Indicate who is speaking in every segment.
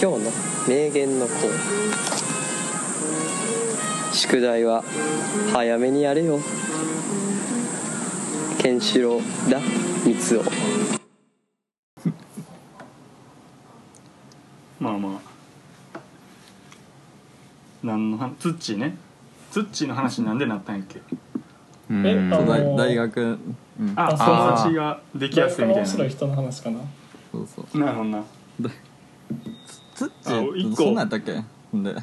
Speaker 1: 今日の名言のコーナー宿題は早めにやれよケンシロウだ三つを
Speaker 2: まあまあなんの話ツッチーねツッチーの話なんでなったんやっけ
Speaker 3: うん
Speaker 4: えあの
Speaker 3: 大大学、うん、
Speaker 2: あ
Speaker 4: あ
Speaker 2: 友達ができやすいみたい
Speaker 4: 面
Speaker 2: な
Speaker 4: 白い人の話かな
Speaker 3: そうそう
Speaker 2: なるほどな
Speaker 3: だつっち
Speaker 2: あ一個
Speaker 3: そんなんやったっけほんで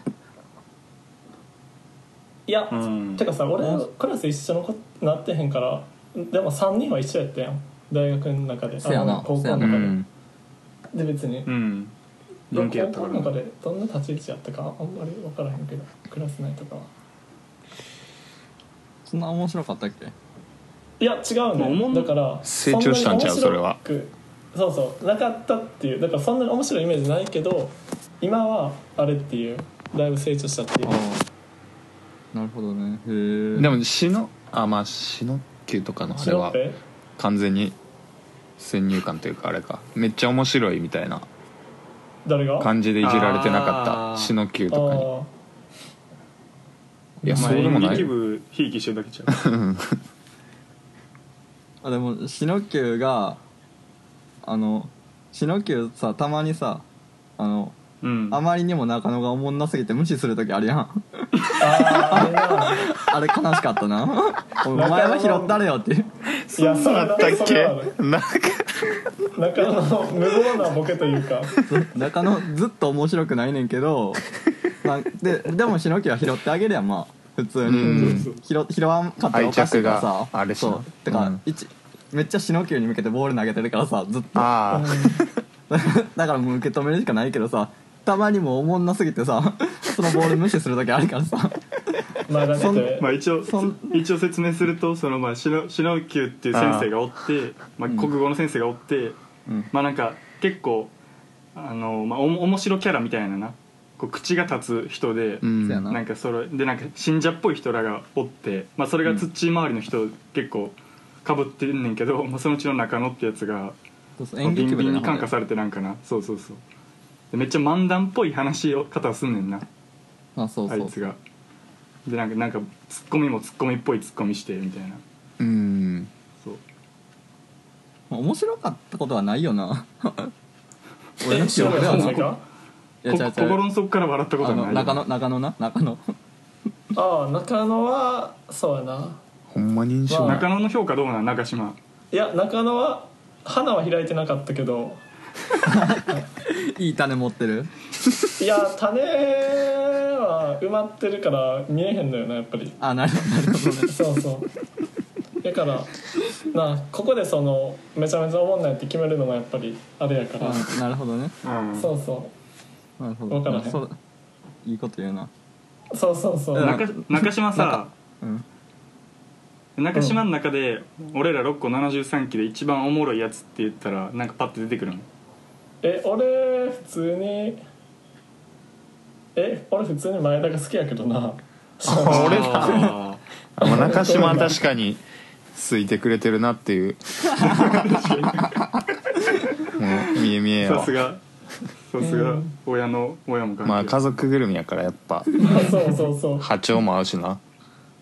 Speaker 4: いや、
Speaker 2: うん
Speaker 4: てかさ俺
Speaker 3: うん
Speaker 4: クラス一緒の子なってへんからでも3人は一緒やったやん大学の中で
Speaker 3: せや
Speaker 4: あ
Speaker 3: な
Speaker 4: の高
Speaker 3: せ
Speaker 4: 校
Speaker 3: や
Speaker 4: の
Speaker 3: な、
Speaker 4: 中で、
Speaker 3: ん、
Speaker 4: で別に、
Speaker 2: うん分岐やった
Speaker 4: 高校
Speaker 2: から
Speaker 4: の中
Speaker 2: な
Speaker 4: でどんな立ち位置やったかあんまり分からへんけどクラス内とかは
Speaker 3: そんな面白かったっけ
Speaker 4: いや違う
Speaker 2: まあおも
Speaker 4: ね
Speaker 2: ん
Speaker 4: だから
Speaker 5: 成長したんちゃう
Speaker 4: そ
Speaker 5: そ
Speaker 4: なに
Speaker 5: れは
Speaker 4: 面白くそうそうなかったっていうだからそんなに面白いイメージないけど今はあれっていうだいぶ成長したっていう
Speaker 3: ああなるほどねへえ
Speaker 5: でもしのあまあしのっきゅうとかのあれ
Speaker 4: 白っ
Speaker 5: は
Speaker 4: ぺ
Speaker 5: 完全に先入観というかあれかめっちゃ面白いみたいな
Speaker 4: 誰が
Speaker 5: 感じでいじられてなか
Speaker 2: あー
Speaker 5: ったしのっきゅうとかに
Speaker 4: あ
Speaker 5: いや
Speaker 2: ま
Speaker 5: そ
Speaker 2: あ
Speaker 5: うでも
Speaker 2: 演
Speaker 5: ない
Speaker 2: 劇部ひいきしてるだけちゃ
Speaker 3: あでもシノキューがあのシノキューさたまにさあの
Speaker 2: ううん
Speaker 3: あまりにも中野がおもんなすぎて無視する時あるやん
Speaker 4: ーあーあれな
Speaker 3: あれ悲しかっ たなお前は拾ったれよっていう
Speaker 4: いやそ
Speaker 5: あ
Speaker 4: れ
Speaker 5: っ
Speaker 4: だ
Speaker 5: たっ
Speaker 4: それ
Speaker 5: け
Speaker 4: はある
Speaker 5: なんか
Speaker 4: 中野の無謀なボケというか
Speaker 3: 中野ずっと面白くないねんけどまあででも篠木は拾ってあげるやんまあ普通に、
Speaker 5: うん
Speaker 3: 拾拾わんかったらおかしいから
Speaker 5: 愛
Speaker 3: さ
Speaker 5: 着があるしな
Speaker 3: そうてか、
Speaker 5: うん
Speaker 3: 一めっちゃ篠木に向けてボール投げてるからさずっと
Speaker 5: ああ
Speaker 3: だからもう受け止めるしかないけどさたまにもおもんなすぎてさ そのボール無視する時あるからさ
Speaker 4: まあだ
Speaker 3: そ
Speaker 4: っ
Speaker 3: ん
Speaker 4: て
Speaker 2: まあ、一応
Speaker 3: そん
Speaker 2: 一応説明するとそのまあシノシノキューっていう先生がおってまあ、
Speaker 3: ん
Speaker 2: 国語の先生がおって、
Speaker 3: うん
Speaker 2: まあなんか結構あの、まあ、おも面白キャラみたいななこう口が立つ人で、
Speaker 5: うん
Speaker 3: そやな
Speaker 2: なんかそれでなんか信者っぽい人らがおって、まあ、それが土周りの人結構かぶってんねんけど、まあ、そのうちの中野ってやつが
Speaker 3: そうそう
Speaker 2: ビ
Speaker 3: 演
Speaker 2: ンビ
Speaker 3: 劇部で
Speaker 2: ンに
Speaker 3: な
Speaker 2: 感化されてなんかなそうそうそうでめっちゃ漫談っぽい話を方すんねんな
Speaker 3: あそう
Speaker 2: あ
Speaker 3: そ
Speaker 2: いうつがでなんかなんかツッコミもツッコミっぽいツッコミしてみたいな
Speaker 5: うん
Speaker 2: そう
Speaker 3: まあ面白かったことはないよな俺の
Speaker 4: え
Speaker 3: 記
Speaker 4: 白
Speaker 3: 憶
Speaker 4: い
Speaker 3: では
Speaker 4: 話
Speaker 3: な
Speaker 4: が
Speaker 3: いいや
Speaker 2: こ
Speaker 3: 違う違う
Speaker 2: 心の底から笑ったこと
Speaker 3: あ
Speaker 2: はな
Speaker 3: の
Speaker 2: い
Speaker 3: 中野中野な中野
Speaker 4: ああ中野はそうやな
Speaker 5: ほんまに印象
Speaker 4: ま
Speaker 5: な
Speaker 4: あ
Speaker 5: い
Speaker 2: 中野の評価どうなん中島
Speaker 4: いや中野は花は開いてなかったけど
Speaker 3: いい種持ってる
Speaker 4: いや種は埋まってるから見えへんのよなやっぱり
Speaker 3: あなるほどなるほど
Speaker 4: そうそうだからなあここでそのめちゃめちゃおもんないって決めるのがやっぱりあれやか ら、
Speaker 3: あなるほどね
Speaker 2: うん
Speaker 4: そうそ
Speaker 3: なるほ
Speaker 4: わ
Speaker 3: ど
Speaker 4: からへん
Speaker 3: そういいこと言うな
Speaker 4: うそうそうそう、
Speaker 3: うん
Speaker 2: 中中島さ
Speaker 3: うん
Speaker 2: 中島の中で俺ら6個73期で一番おもろいやつって言ったらなんかパッて出てくるの
Speaker 4: え俺普通にえ俺普通に前田が好きやけどな
Speaker 5: 俺
Speaker 2: あ
Speaker 5: あまあ中島は確かに好いてくれてるなっていうもう見え見え
Speaker 2: ー
Speaker 5: や
Speaker 2: さ
Speaker 5: わ
Speaker 2: すがさすが親の親も関係
Speaker 5: まあ家族ぐるみやからやっぱ
Speaker 4: そうそうそう
Speaker 5: 波長も合うしな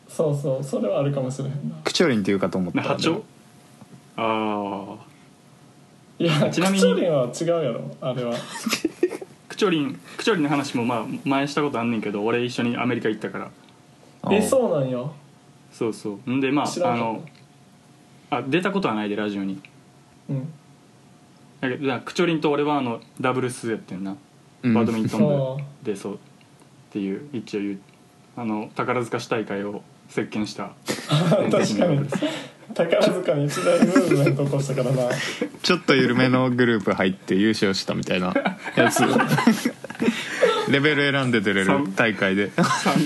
Speaker 4: そうそうそれはあるかもしれへんな
Speaker 5: クチョリンっていうかと思った
Speaker 2: ね波長ああ
Speaker 4: いや
Speaker 2: ち
Speaker 4: ち
Speaker 2: な
Speaker 4: な
Speaker 2: み
Speaker 4: み
Speaker 2: に
Speaker 4: には違うやろあれは
Speaker 2: クチョリンクチョリンの話もまあ前したことあんねんけど俺一緒にアメリカ行ったから
Speaker 4: え
Speaker 5: う
Speaker 4: そうなんよ
Speaker 2: そうそうんでま
Speaker 4: 知
Speaker 2: ああ
Speaker 4: らんかっ
Speaker 2: のあ出たことはないでラジオに
Speaker 4: うん
Speaker 2: だけどだからクチョリンと俺はあのダブルスやってんな
Speaker 5: うん
Speaker 2: バドミントン部、
Speaker 4: ああ
Speaker 2: でそうっていう一応言うあの宝塚市大会を席巻した
Speaker 4: 確かに 宝塚に一大ムーブメント起こしたからな
Speaker 5: ちょっと緩めのグループ入って優勝したみた いなやつレベル選んで出れる大 会で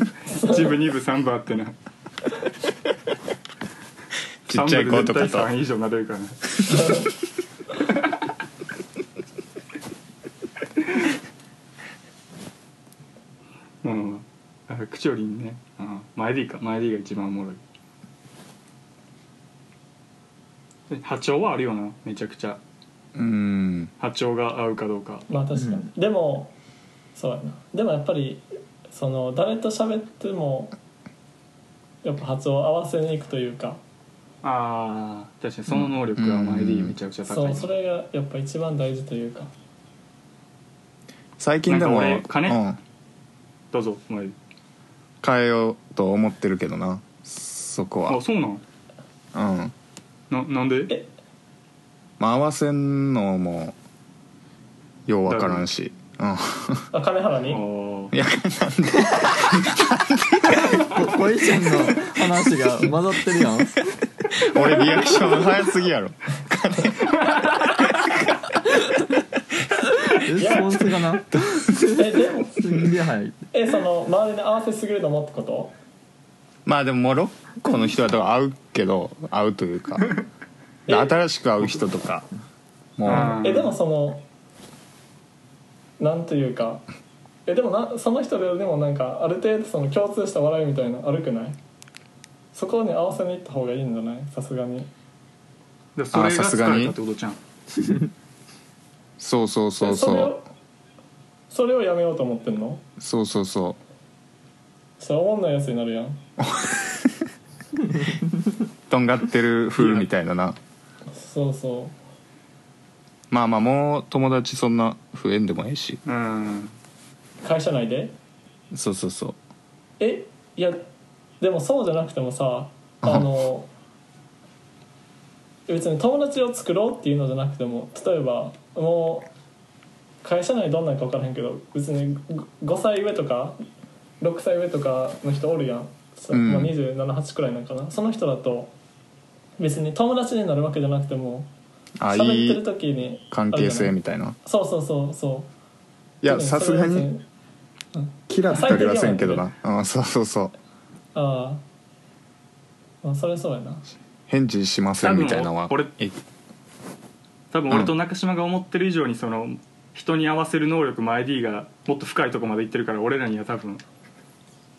Speaker 2: 一部二部三部あってな
Speaker 5: ちっちゃい子
Speaker 2: 三部で絶
Speaker 5: とかと
Speaker 2: 対3以上なれるからね うんあクチョリンね、うん、前 D か前 D が一番おもろいで波長はあるよなめちゃくちゃ
Speaker 5: うん
Speaker 2: 波長が合うかどうか
Speaker 4: まあ確かに、でもそうやなでもやっぱりその誰と喋ってもやっぱ発音を合わせにいくというか
Speaker 2: ああ確かにその能力は
Speaker 5: うん
Speaker 2: ID めちゃくちゃ高い、
Speaker 4: そうそれがやっぱ一番大事というか
Speaker 5: 最近でも
Speaker 2: なんか俺金
Speaker 5: うん、
Speaker 2: どうぞお前
Speaker 5: 変えようと思ってるけどなそこは
Speaker 2: あそうなん
Speaker 5: うん
Speaker 2: ななんで
Speaker 4: え
Speaker 5: まあ合わせんのもようわからんしうん
Speaker 4: あ金原に
Speaker 2: あー
Speaker 5: いや
Speaker 3: ポポジションの話が混ざってるやん
Speaker 5: 俺リアクション早すぎやろ
Speaker 3: レスポンスがな
Speaker 4: えでも
Speaker 3: すんげえ早い
Speaker 4: えその周りに合わせすぎるのもってこと
Speaker 5: まあでもモロッコの人だと会うけど会うという か
Speaker 4: え
Speaker 5: 新しく会う人とかもう
Speaker 4: えでもそのなんというかえでもなその人ででもなんかある程度その共通した笑いみたいなのあるくないそこに合わせに行った方がいいんじゃないさすがに
Speaker 2: でそれ
Speaker 5: あー
Speaker 2: が
Speaker 5: さすが
Speaker 2: 疲
Speaker 5: に
Speaker 2: れたってことじゃん
Speaker 5: そうそうそう
Speaker 4: え
Speaker 5: そ
Speaker 4: れ
Speaker 5: う
Speaker 4: をそれをやめようと思ってんの
Speaker 5: そうそうそう
Speaker 4: それおもんないやつになるやん
Speaker 5: とんがってる風みたいなな
Speaker 4: そうそ
Speaker 5: まあまあもう友達そんな増えんでもええし
Speaker 2: うん
Speaker 4: う会社内で
Speaker 5: そうそうそう
Speaker 4: えいやでもそうじゃなくてもさあの別に友達を作ろうっていうのじゃなくても例えばもう会社内どんなんか分からへんけど別にご5歳上とか6歳上とかの人おるやん、そ
Speaker 5: うん
Speaker 4: まあ、278くらいなんかなその人だと別に友達になるわけじゃなくても
Speaker 5: ああい
Speaker 4: 喋ってる
Speaker 5: い
Speaker 4: 時に
Speaker 5: 関係
Speaker 4: あ
Speaker 5: 性
Speaker 4: るじゃない
Speaker 5: みたいない
Speaker 4: そうそうそうそう
Speaker 5: い
Speaker 4: い
Speaker 5: やさすがに嫌ったりはせんけどな、うん、そうそうそう
Speaker 4: ああまあそれはそうやな
Speaker 5: 返事しませんみたいなのは
Speaker 2: 多分
Speaker 5: え
Speaker 2: 多分俺と中島が思ってる以上にその人に合わせる能力も ID がもっと深いとこまでいってるから俺らには多分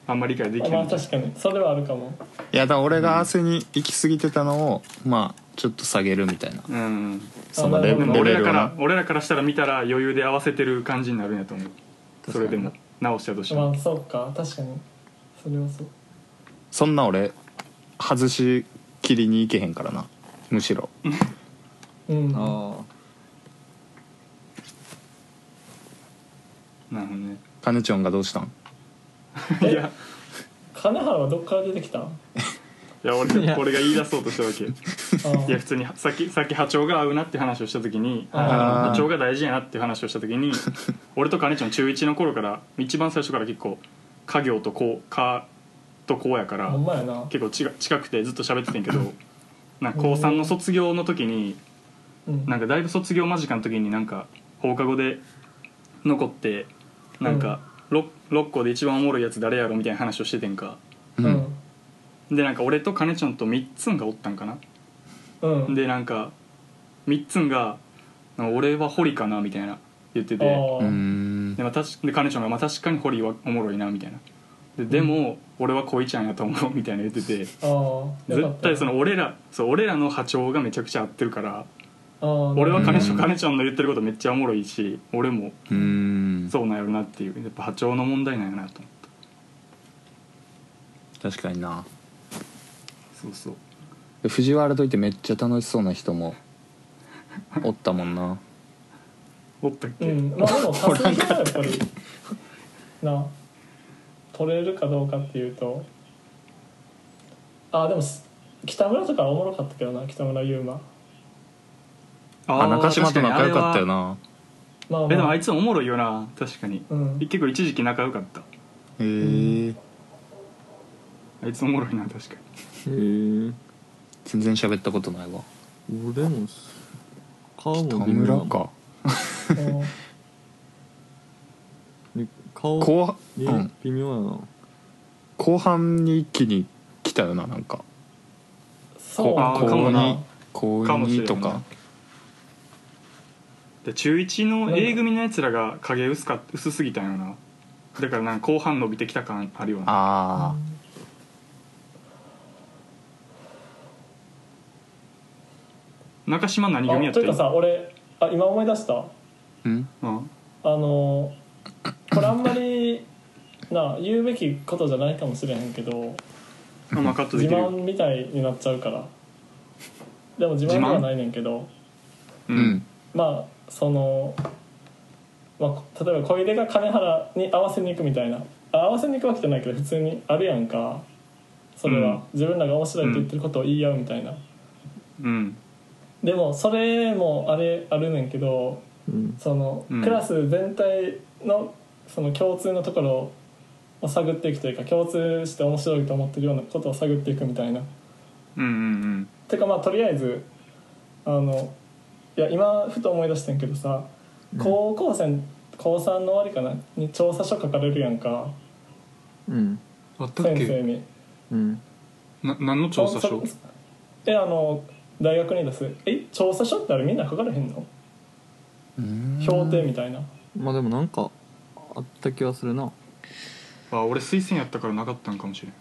Speaker 2: あんまり理解でき
Speaker 4: ま
Speaker 2: な
Speaker 4: あ
Speaker 2: い
Speaker 4: 確かにそれはあるかも
Speaker 5: いやだから俺が汗に行き過ぎてたのをまあちょっと下げるみたいな
Speaker 2: うん
Speaker 5: そのレ
Speaker 4: あ
Speaker 2: で
Speaker 4: なるほ
Speaker 2: も俺
Speaker 5: レベ
Speaker 2: ら
Speaker 5: ル
Speaker 2: か
Speaker 5: を
Speaker 2: ら
Speaker 5: な
Speaker 2: 俺らからしたら見たら余裕で合わせてる感じになるんやと思うそれでも直したとして
Speaker 4: ま
Speaker 2: も
Speaker 4: あそうか確かにそれはそう
Speaker 5: そんな俺外しきりに行けへんからなむしろ
Speaker 4: うん
Speaker 3: あ
Speaker 2: なるほどね
Speaker 5: カネチョンがどうしたん
Speaker 2: いや
Speaker 4: 金原はどっから出てきたんあ
Speaker 2: いや俺が俺が言い出そうとしたわけい
Speaker 4: あ
Speaker 2: や普通にさっきさっき波長が合うなって話をした時に
Speaker 4: あ
Speaker 5: ー
Speaker 2: 波長が大事やなって話をした時に俺とカネちゃん中1の頃から一番最初から結構家業とこう家とこうやから
Speaker 4: ほんまやな
Speaker 2: 結構ちが近くてずっと喋っててんけどなんか高3の卒業の時に
Speaker 4: うん
Speaker 2: なんかだいぶ卒業間近の時になんか放課後で残ってなんか 6, 六個で一番おもろいやつ誰やろみたいな話をしててんか
Speaker 5: う
Speaker 4: うんん
Speaker 2: でなんか俺とカネちゃんとみっつんがおったんかな
Speaker 4: うん
Speaker 2: でなんかみっつんが「なんか俺は堀かな」みたいな言って
Speaker 4: あ
Speaker 2: て
Speaker 5: うー
Speaker 4: あ
Speaker 5: ん
Speaker 2: で、まあ、たしでカネちゃんが、まあ、確かに堀はおもろいなみたいなででも、俺は恋ちゃんやと思うみたいな言ってて
Speaker 4: ああよか
Speaker 2: 絶
Speaker 4: った
Speaker 2: 対その俺らそう俺らの波長がめちゃくちゃ合ってるから
Speaker 4: ああ
Speaker 2: 俺はカネちゃん
Speaker 5: うん
Speaker 2: カネちゃんの言ってることめっちゃおもろいし俺も
Speaker 5: うーん
Speaker 2: そうなんやろなっていうやっぱ波長の問題なんやなと思った
Speaker 5: 確かにな
Speaker 2: そうそう
Speaker 5: で藤原といてめっちゃ楽しそうな人 もおったもんな
Speaker 2: おったっ
Speaker 4: う
Speaker 2: け、
Speaker 4: ん まあでも多数派はやっぱりな取れるかどうかっていうとああでもす北村とかはおもろかったけどな北村優馬
Speaker 2: あ
Speaker 5: あ
Speaker 2: ー
Speaker 5: 中島と仲良かった
Speaker 2: 確にあれ
Speaker 5: よ
Speaker 2: は
Speaker 5: な
Speaker 4: まあまあ
Speaker 2: えでもあいつおもろいよな確かに
Speaker 4: うん
Speaker 2: 結構一時期仲良かった
Speaker 5: へえ
Speaker 2: あいつおもろいな確かに
Speaker 3: あへえ
Speaker 5: 全然喋ったことないわ
Speaker 3: 俺も顔
Speaker 5: 田
Speaker 3: も微妙な
Speaker 5: 村
Speaker 3: の
Speaker 5: か
Speaker 4: うん
Speaker 3: 顔
Speaker 5: 後,、
Speaker 3: ね
Speaker 5: うん、
Speaker 3: 微妙やな
Speaker 5: 後半に一気に来たよななんか
Speaker 4: そう
Speaker 2: あーかもな
Speaker 5: に高
Speaker 2: かもしれんな
Speaker 5: 2とか
Speaker 2: で中1の A 組のやつらが影薄か薄すぎたんよなだからなんか後半伸びてきた感あるよな
Speaker 5: あ
Speaker 2: 中島何組や
Speaker 4: あ
Speaker 2: った
Speaker 4: というかさ俺あ今思い出した
Speaker 5: あうん
Speaker 2: うん
Speaker 4: あのこれあんまりなあ言うべきことじゃないかもしれへんけど
Speaker 2: あまあカットで
Speaker 4: 自
Speaker 2: きるよ
Speaker 4: 慢みたいになっちゃうからでも自慢ではないねんけど
Speaker 2: う
Speaker 5: うん
Speaker 4: まあその、まあ、例えば小出が金原に合わせに行くみたいなあ合わせに行くわけじゃないけど普通にあるやんかそれ
Speaker 2: う
Speaker 4: は
Speaker 2: ん
Speaker 4: 自分らが面白いって言ってることを言い合うみたいな、
Speaker 2: うん
Speaker 4: でもそれもあれあるねんけど
Speaker 3: うん
Speaker 4: その
Speaker 2: うん
Speaker 4: クラス全体のその共通のところを探っていくというか共通して面白いと思ってるようなことを探っていくみたいな
Speaker 2: うんうん
Speaker 4: てかまあとりあえずあのいや今ふと思い出してんけどさ高校生高3の終わりかなに調査書書かれるやんか
Speaker 3: うん
Speaker 5: あったっ
Speaker 4: 先生
Speaker 5: け
Speaker 4: に
Speaker 3: うん
Speaker 5: な何の調査書
Speaker 4: そえあの大学に出すえ調査書ってあれみんな書かれへんの評定みたいな
Speaker 3: まあでもなんかあった気はするな
Speaker 2: あ俺推薦やったからなかったんかもしれん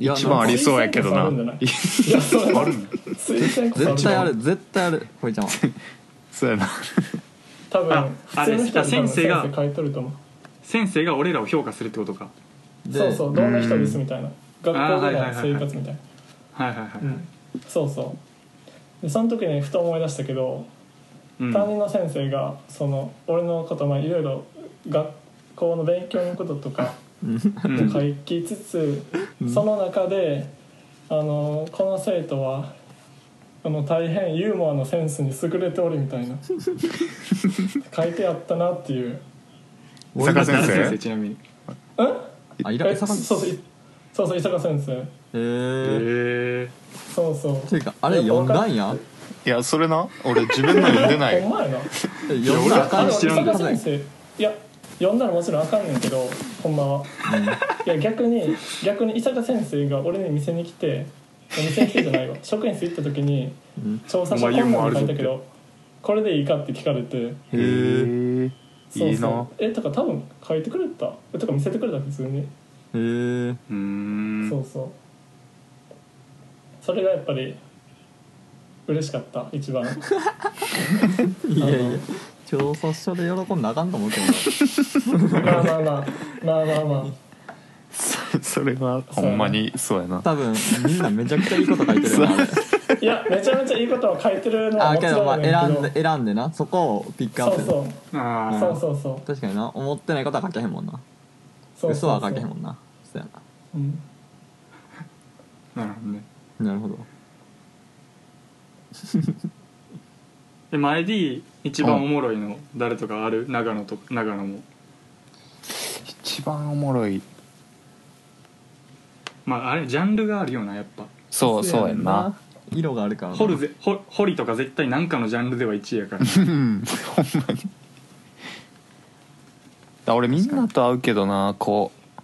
Speaker 3: いや
Speaker 5: 一番ありそうやけどな
Speaker 4: 推薦こそあるんじゃないいやそう推薦こそ
Speaker 3: 絶対あ
Speaker 4: る
Speaker 3: る絶対あるほいちゃんは
Speaker 5: そうやな
Speaker 4: 多
Speaker 2: あ
Speaker 4: 分普通の人は多分
Speaker 2: あれ先生が
Speaker 4: 先生書いとると思う
Speaker 2: 先生が俺らを評価するってことか
Speaker 3: で
Speaker 4: そうそうどんな人ですみたいな学校での
Speaker 2: あーはいはいはい
Speaker 4: 生
Speaker 2: はい
Speaker 4: 活みたいな
Speaker 2: はいはいはいはい
Speaker 4: そうそうでその時にふと思い出したけど
Speaker 2: うん
Speaker 4: 担任の先生がその俺のことまあいろいろ学校の勉強のこととか
Speaker 2: うん
Speaker 4: 書きつつ、その中であのこの生徒はあの大変ユーモアのセンスに優れておりみた いな書いてあったなっていう
Speaker 5: 伊坂先
Speaker 2: 誰先生
Speaker 5: 生
Speaker 2: ちなみに
Speaker 3: あいら
Speaker 4: え
Speaker 3: 伊
Speaker 4: そ
Speaker 3: 坂
Speaker 4: うそういそうそう伊坂先生
Speaker 3: えー、
Speaker 2: へえ
Speaker 4: そうそう
Speaker 3: ていうかあれ読んだんや
Speaker 5: いやそれな俺自分の読ん でない
Speaker 4: ほんまやな
Speaker 3: え読んだらあ
Speaker 4: あ
Speaker 3: かん
Speaker 4: の伊
Speaker 3: よ
Speaker 2: 知らんで
Speaker 4: 坂先生いや呼んだらもちろんあかんねんけどほんまは、いや逆に逆に伊坂先生が俺に店に来て店に来てじゃないわ職員室行った時に調査書こんなの書いたけどこれでいいかって聞かれて
Speaker 5: へえ
Speaker 4: そうそう
Speaker 5: いいな
Speaker 4: えとか多分書いてくれたえとか見せてくれた普通に、
Speaker 3: えー、
Speaker 2: うーん
Speaker 4: そうそうそれがやっぱり嬉しかった一番
Speaker 3: いやいや調査書で喜んだらあかんと思うけど
Speaker 4: まあまあまあまあまあまあ
Speaker 5: それはほんまにそうやな
Speaker 3: 多分みんなめちゃくちゃいいこと書いてるよなあれ
Speaker 4: いやめちゃめちゃいいことを書いてるのは
Speaker 3: あ
Speaker 4: もち
Speaker 3: けどま
Speaker 4: ろん
Speaker 3: あ
Speaker 4: やね
Speaker 3: 選
Speaker 4: んけ
Speaker 3: んで
Speaker 4: ど
Speaker 3: 選んでなそこをピックア
Speaker 4: そ
Speaker 3: ッ
Speaker 4: う
Speaker 3: プ
Speaker 4: そう
Speaker 2: ああ
Speaker 4: そうそうそう
Speaker 3: 確かにな思ってないことは書けへんもんな
Speaker 4: そうそうそう
Speaker 3: 嘘は書けへんもんなそうや
Speaker 4: うん
Speaker 2: なるほどね
Speaker 3: ななるほど
Speaker 2: で前 D 一番おもろいの誰とかある長野と長野も
Speaker 5: 一番おもろい
Speaker 2: まああれジャンルがあるよなやっぱ
Speaker 5: そうそうやんな
Speaker 3: 色があるからな
Speaker 2: 掘るぜ掘掘りとか絶対何かのジャンルでは1位やから
Speaker 5: うん ほんまにだ俺みんなと会うけどなこう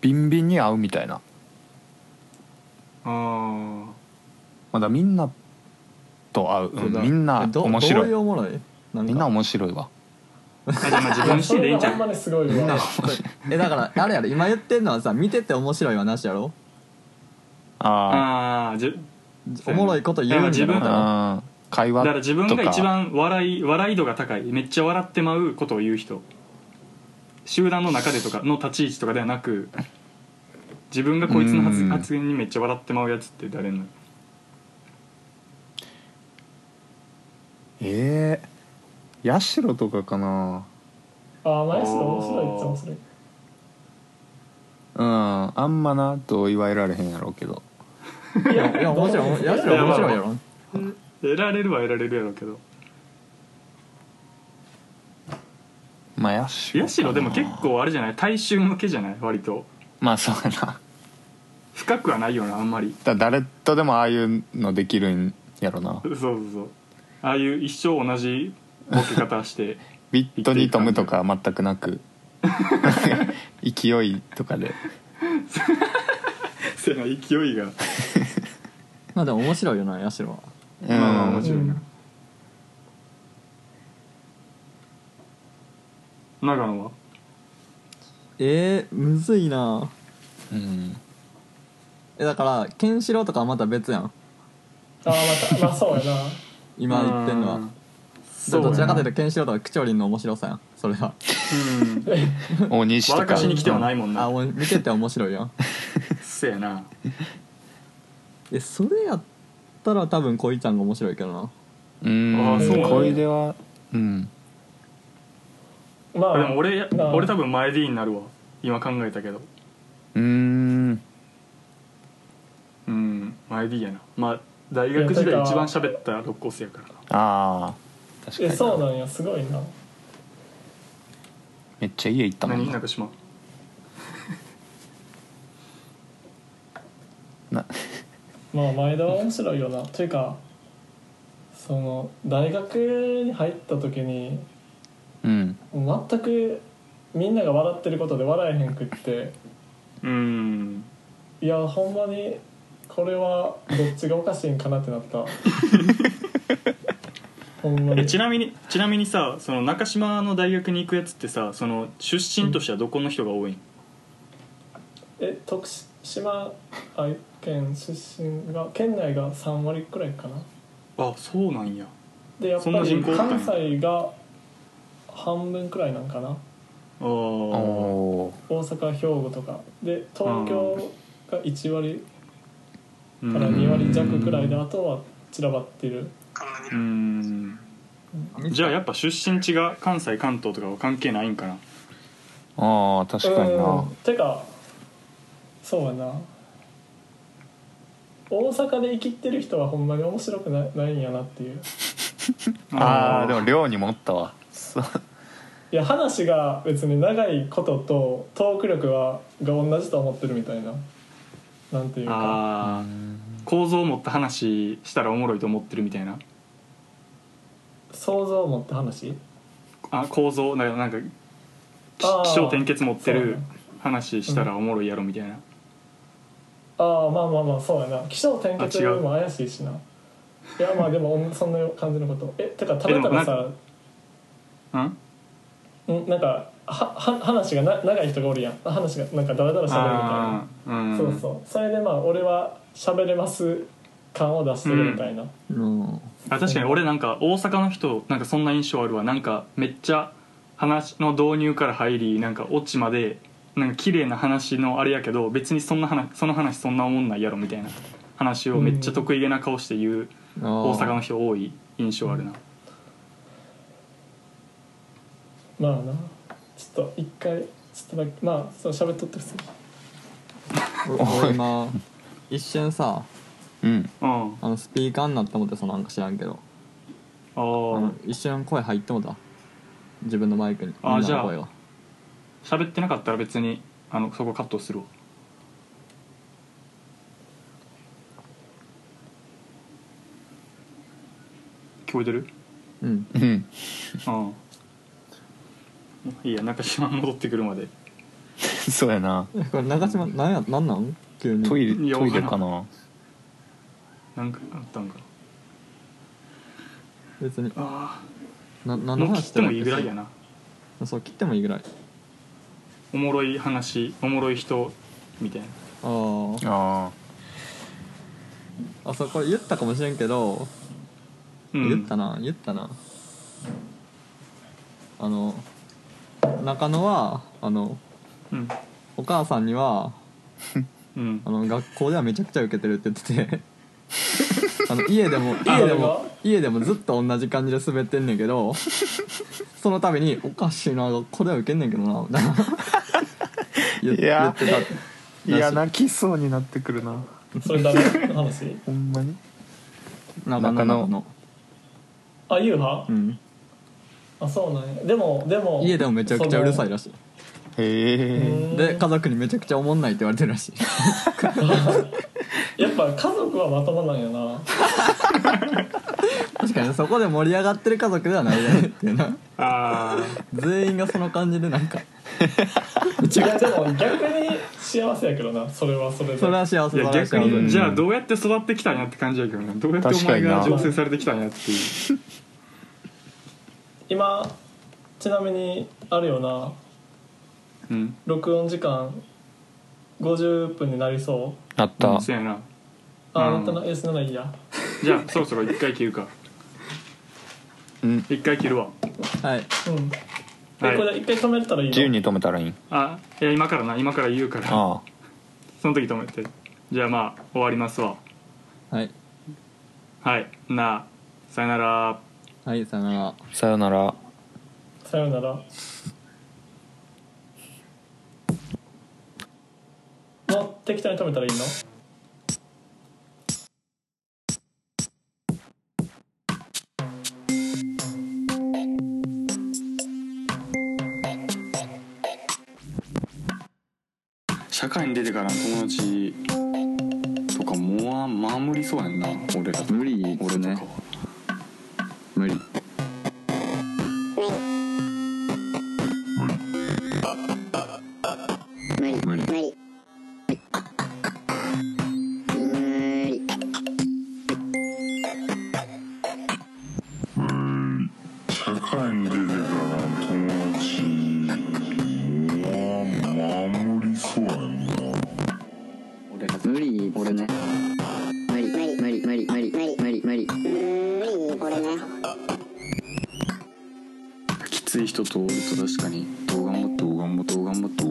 Speaker 5: ビンビンに会うみたいなま
Speaker 2: あ
Speaker 5: あだからみんなと会う、
Speaker 3: そううんだ
Speaker 5: みんな
Speaker 3: えど
Speaker 5: 面白
Speaker 3: どう
Speaker 5: い
Speaker 3: いうおもろいなん
Speaker 5: みんな
Speaker 3: か
Speaker 5: 面白いわ
Speaker 2: ーあじ ゃあまあ自分死
Speaker 4: そ
Speaker 2: んでい
Speaker 4: れ
Speaker 2: い
Speaker 4: が
Speaker 2: んじゃ
Speaker 4: ほん
Speaker 2: ん
Speaker 4: まにすごい
Speaker 3: みんな
Speaker 4: わ
Speaker 3: えだからあれやろ今言ってんのはさ見てて面白いはなしやろ
Speaker 5: あ
Speaker 2: ああじゅ
Speaker 3: おもろいこと言うんじゃ
Speaker 5: あ
Speaker 2: だ
Speaker 3: な
Speaker 5: あー会
Speaker 2: だか
Speaker 5: 話と
Speaker 2: ら
Speaker 5: か
Speaker 2: 自分が一番笑い笑い度が高いめっちゃ笑ってまうことを言う人集団の中でとかの立ち位置とかではなく自分がこいつの発
Speaker 5: うん
Speaker 2: 発言にめっちゃ笑ってまうやつって誰なの
Speaker 5: ええー、社とかかな
Speaker 4: ああ毎日面白いっちゃ面白い
Speaker 5: うんあんまなと言われられへんやろうけど
Speaker 3: いやいや面白いやしろ面白いやろ
Speaker 2: 得られるは得られるやろうけど
Speaker 5: まあヤシロ
Speaker 2: 八代でも結構あれじゃない大衆向けじゃない割と
Speaker 5: まあそうやなだか
Speaker 2: 深くはないよなあんまり
Speaker 5: ら誰とでもああいうのできるんやろな
Speaker 2: そうそうそうああいう一生同じボケ方して
Speaker 5: ビットにトムとか全くなく勢いとかで
Speaker 2: せやな勢いが
Speaker 3: まあでも面白いよなやしろは
Speaker 5: うん、
Speaker 2: まあまあ面白いな、長野は
Speaker 3: えー、むずいな
Speaker 5: うん
Speaker 3: えだからケンシロウとかはまた別やん
Speaker 4: ああまたまあそうやな
Speaker 3: 今言ってんのは
Speaker 2: そうやな
Speaker 3: どちらかというとケンシロウとかクチョリンの面白さやんそれは
Speaker 2: うん
Speaker 5: 鬼しと
Speaker 2: 笑か
Speaker 5: か
Speaker 2: しに来てはないもん
Speaker 3: あ
Speaker 2: な
Speaker 3: お見てて面白いやん
Speaker 2: せやな
Speaker 3: えそれやったら多分恋ちゃんが面白いけどな
Speaker 5: う
Speaker 2: あー
Speaker 5: ん
Speaker 2: そうなんや
Speaker 5: 小出はうん
Speaker 4: まあ
Speaker 2: でも俺
Speaker 4: あ
Speaker 2: 俺多分前 D になるわ今考えたけど
Speaker 5: うーん
Speaker 2: うん前 D やなまあ大学時代一番喋った六校生やからな
Speaker 5: ああ確かに
Speaker 4: え
Speaker 5: な
Speaker 4: そうなんやすごいな
Speaker 5: めっちゃ家行ったもん
Speaker 2: 何
Speaker 5: な
Speaker 2: 中島
Speaker 5: な
Speaker 4: まあ前田は面白いよなというかその大学に入った時に
Speaker 5: うん
Speaker 4: 全くみんなが笑ってることで笑えへんくって
Speaker 2: うん
Speaker 4: いやほんまにこれはどっちがおかしいんかなってなった ほんま
Speaker 2: え
Speaker 4: に
Speaker 2: ちなみにちなみにさその中島の大学に行くやつってさその出身としてはどこの人が多いん
Speaker 4: え徳島愛県出身が県内が3割くらいかな
Speaker 2: あそうなんや
Speaker 4: でやっぱ
Speaker 2: そんな人
Speaker 4: り
Speaker 2: 口多い
Speaker 4: 関西が半分くらいなんかな
Speaker 2: あー
Speaker 5: おお
Speaker 4: 大阪兵庫とかで東京が1割
Speaker 2: う
Speaker 4: から
Speaker 2: ん
Speaker 4: 2割弱くらいであとは散らばってる
Speaker 2: うんじゃあやっぱ出身地が関西関東とかは関係ないんかな
Speaker 5: ああ確かに
Speaker 4: う
Speaker 5: なん
Speaker 4: てかそうやな大阪で生きてる人はほんまに面白くないないんやなっていう
Speaker 5: ああでも
Speaker 2: ー
Speaker 5: 寮にもおったわそう
Speaker 4: いや話が別に長いこととトーク力はが同じと思ってるみたいななんていうか
Speaker 2: あー構造を持った話したらおもろいと思ってるみたいな
Speaker 4: 想像を持って話
Speaker 2: あ構造なんかなんか
Speaker 4: あー
Speaker 2: 気象転結持って
Speaker 4: そう
Speaker 2: る
Speaker 4: ね
Speaker 2: 話したらおもろいやろみたいな、
Speaker 4: ああまあまあまあそうやな気象転結
Speaker 2: あ違う
Speaker 4: も怪しいしないやまあでもおんそんな感じのことえてかただたださ
Speaker 2: うん
Speaker 4: んなんかはは話がな長い人がおるやん話がなんかダラダラしゃべるみたい
Speaker 2: あー
Speaker 4: な
Speaker 2: うん
Speaker 4: そうそうそれでまあ俺は喋れます感を出してるみたいな、
Speaker 3: うん
Speaker 2: あ確かに俺なんか大阪の人なんかそんな印象あるわなんかめっちゃ話の導入から入りなんかオチまでなんか綺麗な話のあれやけど別にそんな話その話そんなおもんないやろみたいな話をめっちゃ得意げな顔して言う大阪の人多い印象あるな
Speaker 4: まあなちょっと一回ちょっとだけまあそう喋っとって普通に
Speaker 3: お俺今一瞬さ
Speaker 5: うん
Speaker 2: うんあ
Speaker 3: あのスピーカーになって思ってそのなんか知らんけどあ
Speaker 2: あ
Speaker 3: の一瞬声入ってもうた自分のマイクに
Speaker 2: あ
Speaker 3: みんな
Speaker 2: じゃあ
Speaker 3: の声が
Speaker 2: 喋ってなかったら別にあのそこカットするわ聞こえてる
Speaker 3: うん
Speaker 5: うん
Speaker 2: うんいいや中島戻ってくるまで
Speaker 5: そうやな
Speaker 3: えこれ長島なんやなんなん急に
Speaker 5: トイ
Speaker 2: い
Speaker 5: レ
Speaker 2: や
Speaker 5: トイレかな
Speaker 2: なんかあったんか
Speaker 3: 別に
Speaker 2: あ
Speaker 3: な
Speaker 2: あ
Speaker 3: 何の
Speaker 2: もう
Speaker 3: 話
Speaker 2: 切っ
Speaker 3: してて
Speaker 2: もいいぐらいや
Speaker 3: な
Speaker 2: な
Speaker 3: そう切ってもいいぐらい
Speaker 2: おもろい話おもろい人みたいな
Speaker 3: あー
Speaker 5: あ
Speaker 3: あそうこれ言ったかもしれんけど、
Speaker 2: うん
Speaker 3: 言ったな言ったなあの中野はあの
Speaker 2: うん
Speaker 3: お母さんには
Speaker 2: うん
Speaker 3: あの学校ではめちゃくちゃ受けてるって言っててあの家でも
Speaker 4: あ
Speaker 3: 家で
Speaker 4: なるほ
Speaker 3: も家でもずっと同じ感じで滑ってんねんけどその度に「おかしいな学校では受けんねんけどな」みたいな言っ
Speaker 5: いや
Speaker 3: 言って
Speaker 5: あいや泣きそうになってくるな
Speaker 4: それ誰の話
Speaker 5: ほんまに
Speaker 3: た中野
Speaker 5: 中野
Speaker 3: 中野
Speaker 4: あゆうは
Speaker 3: うん、
Speaker 4: あそうなんやでもでも
Speaker 3: 家でもめちゃくちゃうるさいら
Speaker 4: し
Speaker 3: しい
Speaker 5: へえ
Speaker 3: で家族にめちゃくちゃおもんないって言われてるらしい
Speaker 4: やっぱ家族はまともなんやな
Speaker 3: 確かにそこで盛り上がってる家族ではないだねっていうな
Speaker 2: あ
Speaker 3: 全員がその感じでなんか
Speaker 4: いやでも逆に幸せやけどなそれはそれで
Speaker 3: それは幸
Speaker 2: あいや
Speaker 3: せそれは
Speaker 2: 逆
Speaker 3: 幸せ
Speaker 2: にじゃあどうやって育ってきたんやって感じやけどなどうやってお前が
Speaker 5: 確かにな
Speaker 2: 醸成されてきたんやっていう
Speaker 4: 今ちなみにあるよな
Speaker 2: うん
Speaker 4: 録音時間50分になりそう
Speaker 5: なった
Speaker 2: そうやな
Speaker 4: あ、
Speaker 2: うん
Speaker 4: あなたの S ならいいや
Speaker 2: じゃあそろそろ一回切るか
Speaker 6: うん
Speaker 2: 一回切るわ
Speaker 3: はい
Speaker 4: うんで
Speaker 2: はい
Speaker 4: これ一回止めたらいい
Speaker 6: 自由
Speaker 4: の
Speaker 6: に止めたらいいん
Speaker 2: あいや今からな今から言うから
Speaker 6: あ
Speaker 2: その時止めてじゃあまあ終わりますわ
Speaker 3: はい
Speaker 2: はいなあさよなら
Speaker 3: はいさよなら
Speaker 6: あさよなら
Speaker 4: さよならもう適当に止めたらいいの
Speaker 5: 社会に出てからの友達とかもうまあ無理そうやんな俺ら
Speaker 7: 無理っす
Speaker 5: 俺と
Speaker 7: ね
Speaker 5: かは
Speaker 7: 無理
Speaker 8: 無理無理無理無理
Speaker 7: 無理っすね
Speaker 8: 無理無理無理無理無理無理無理俺ね
Speaker 5: きつい人とおると確かにどう頑張ってどう頑張ってどう頑張って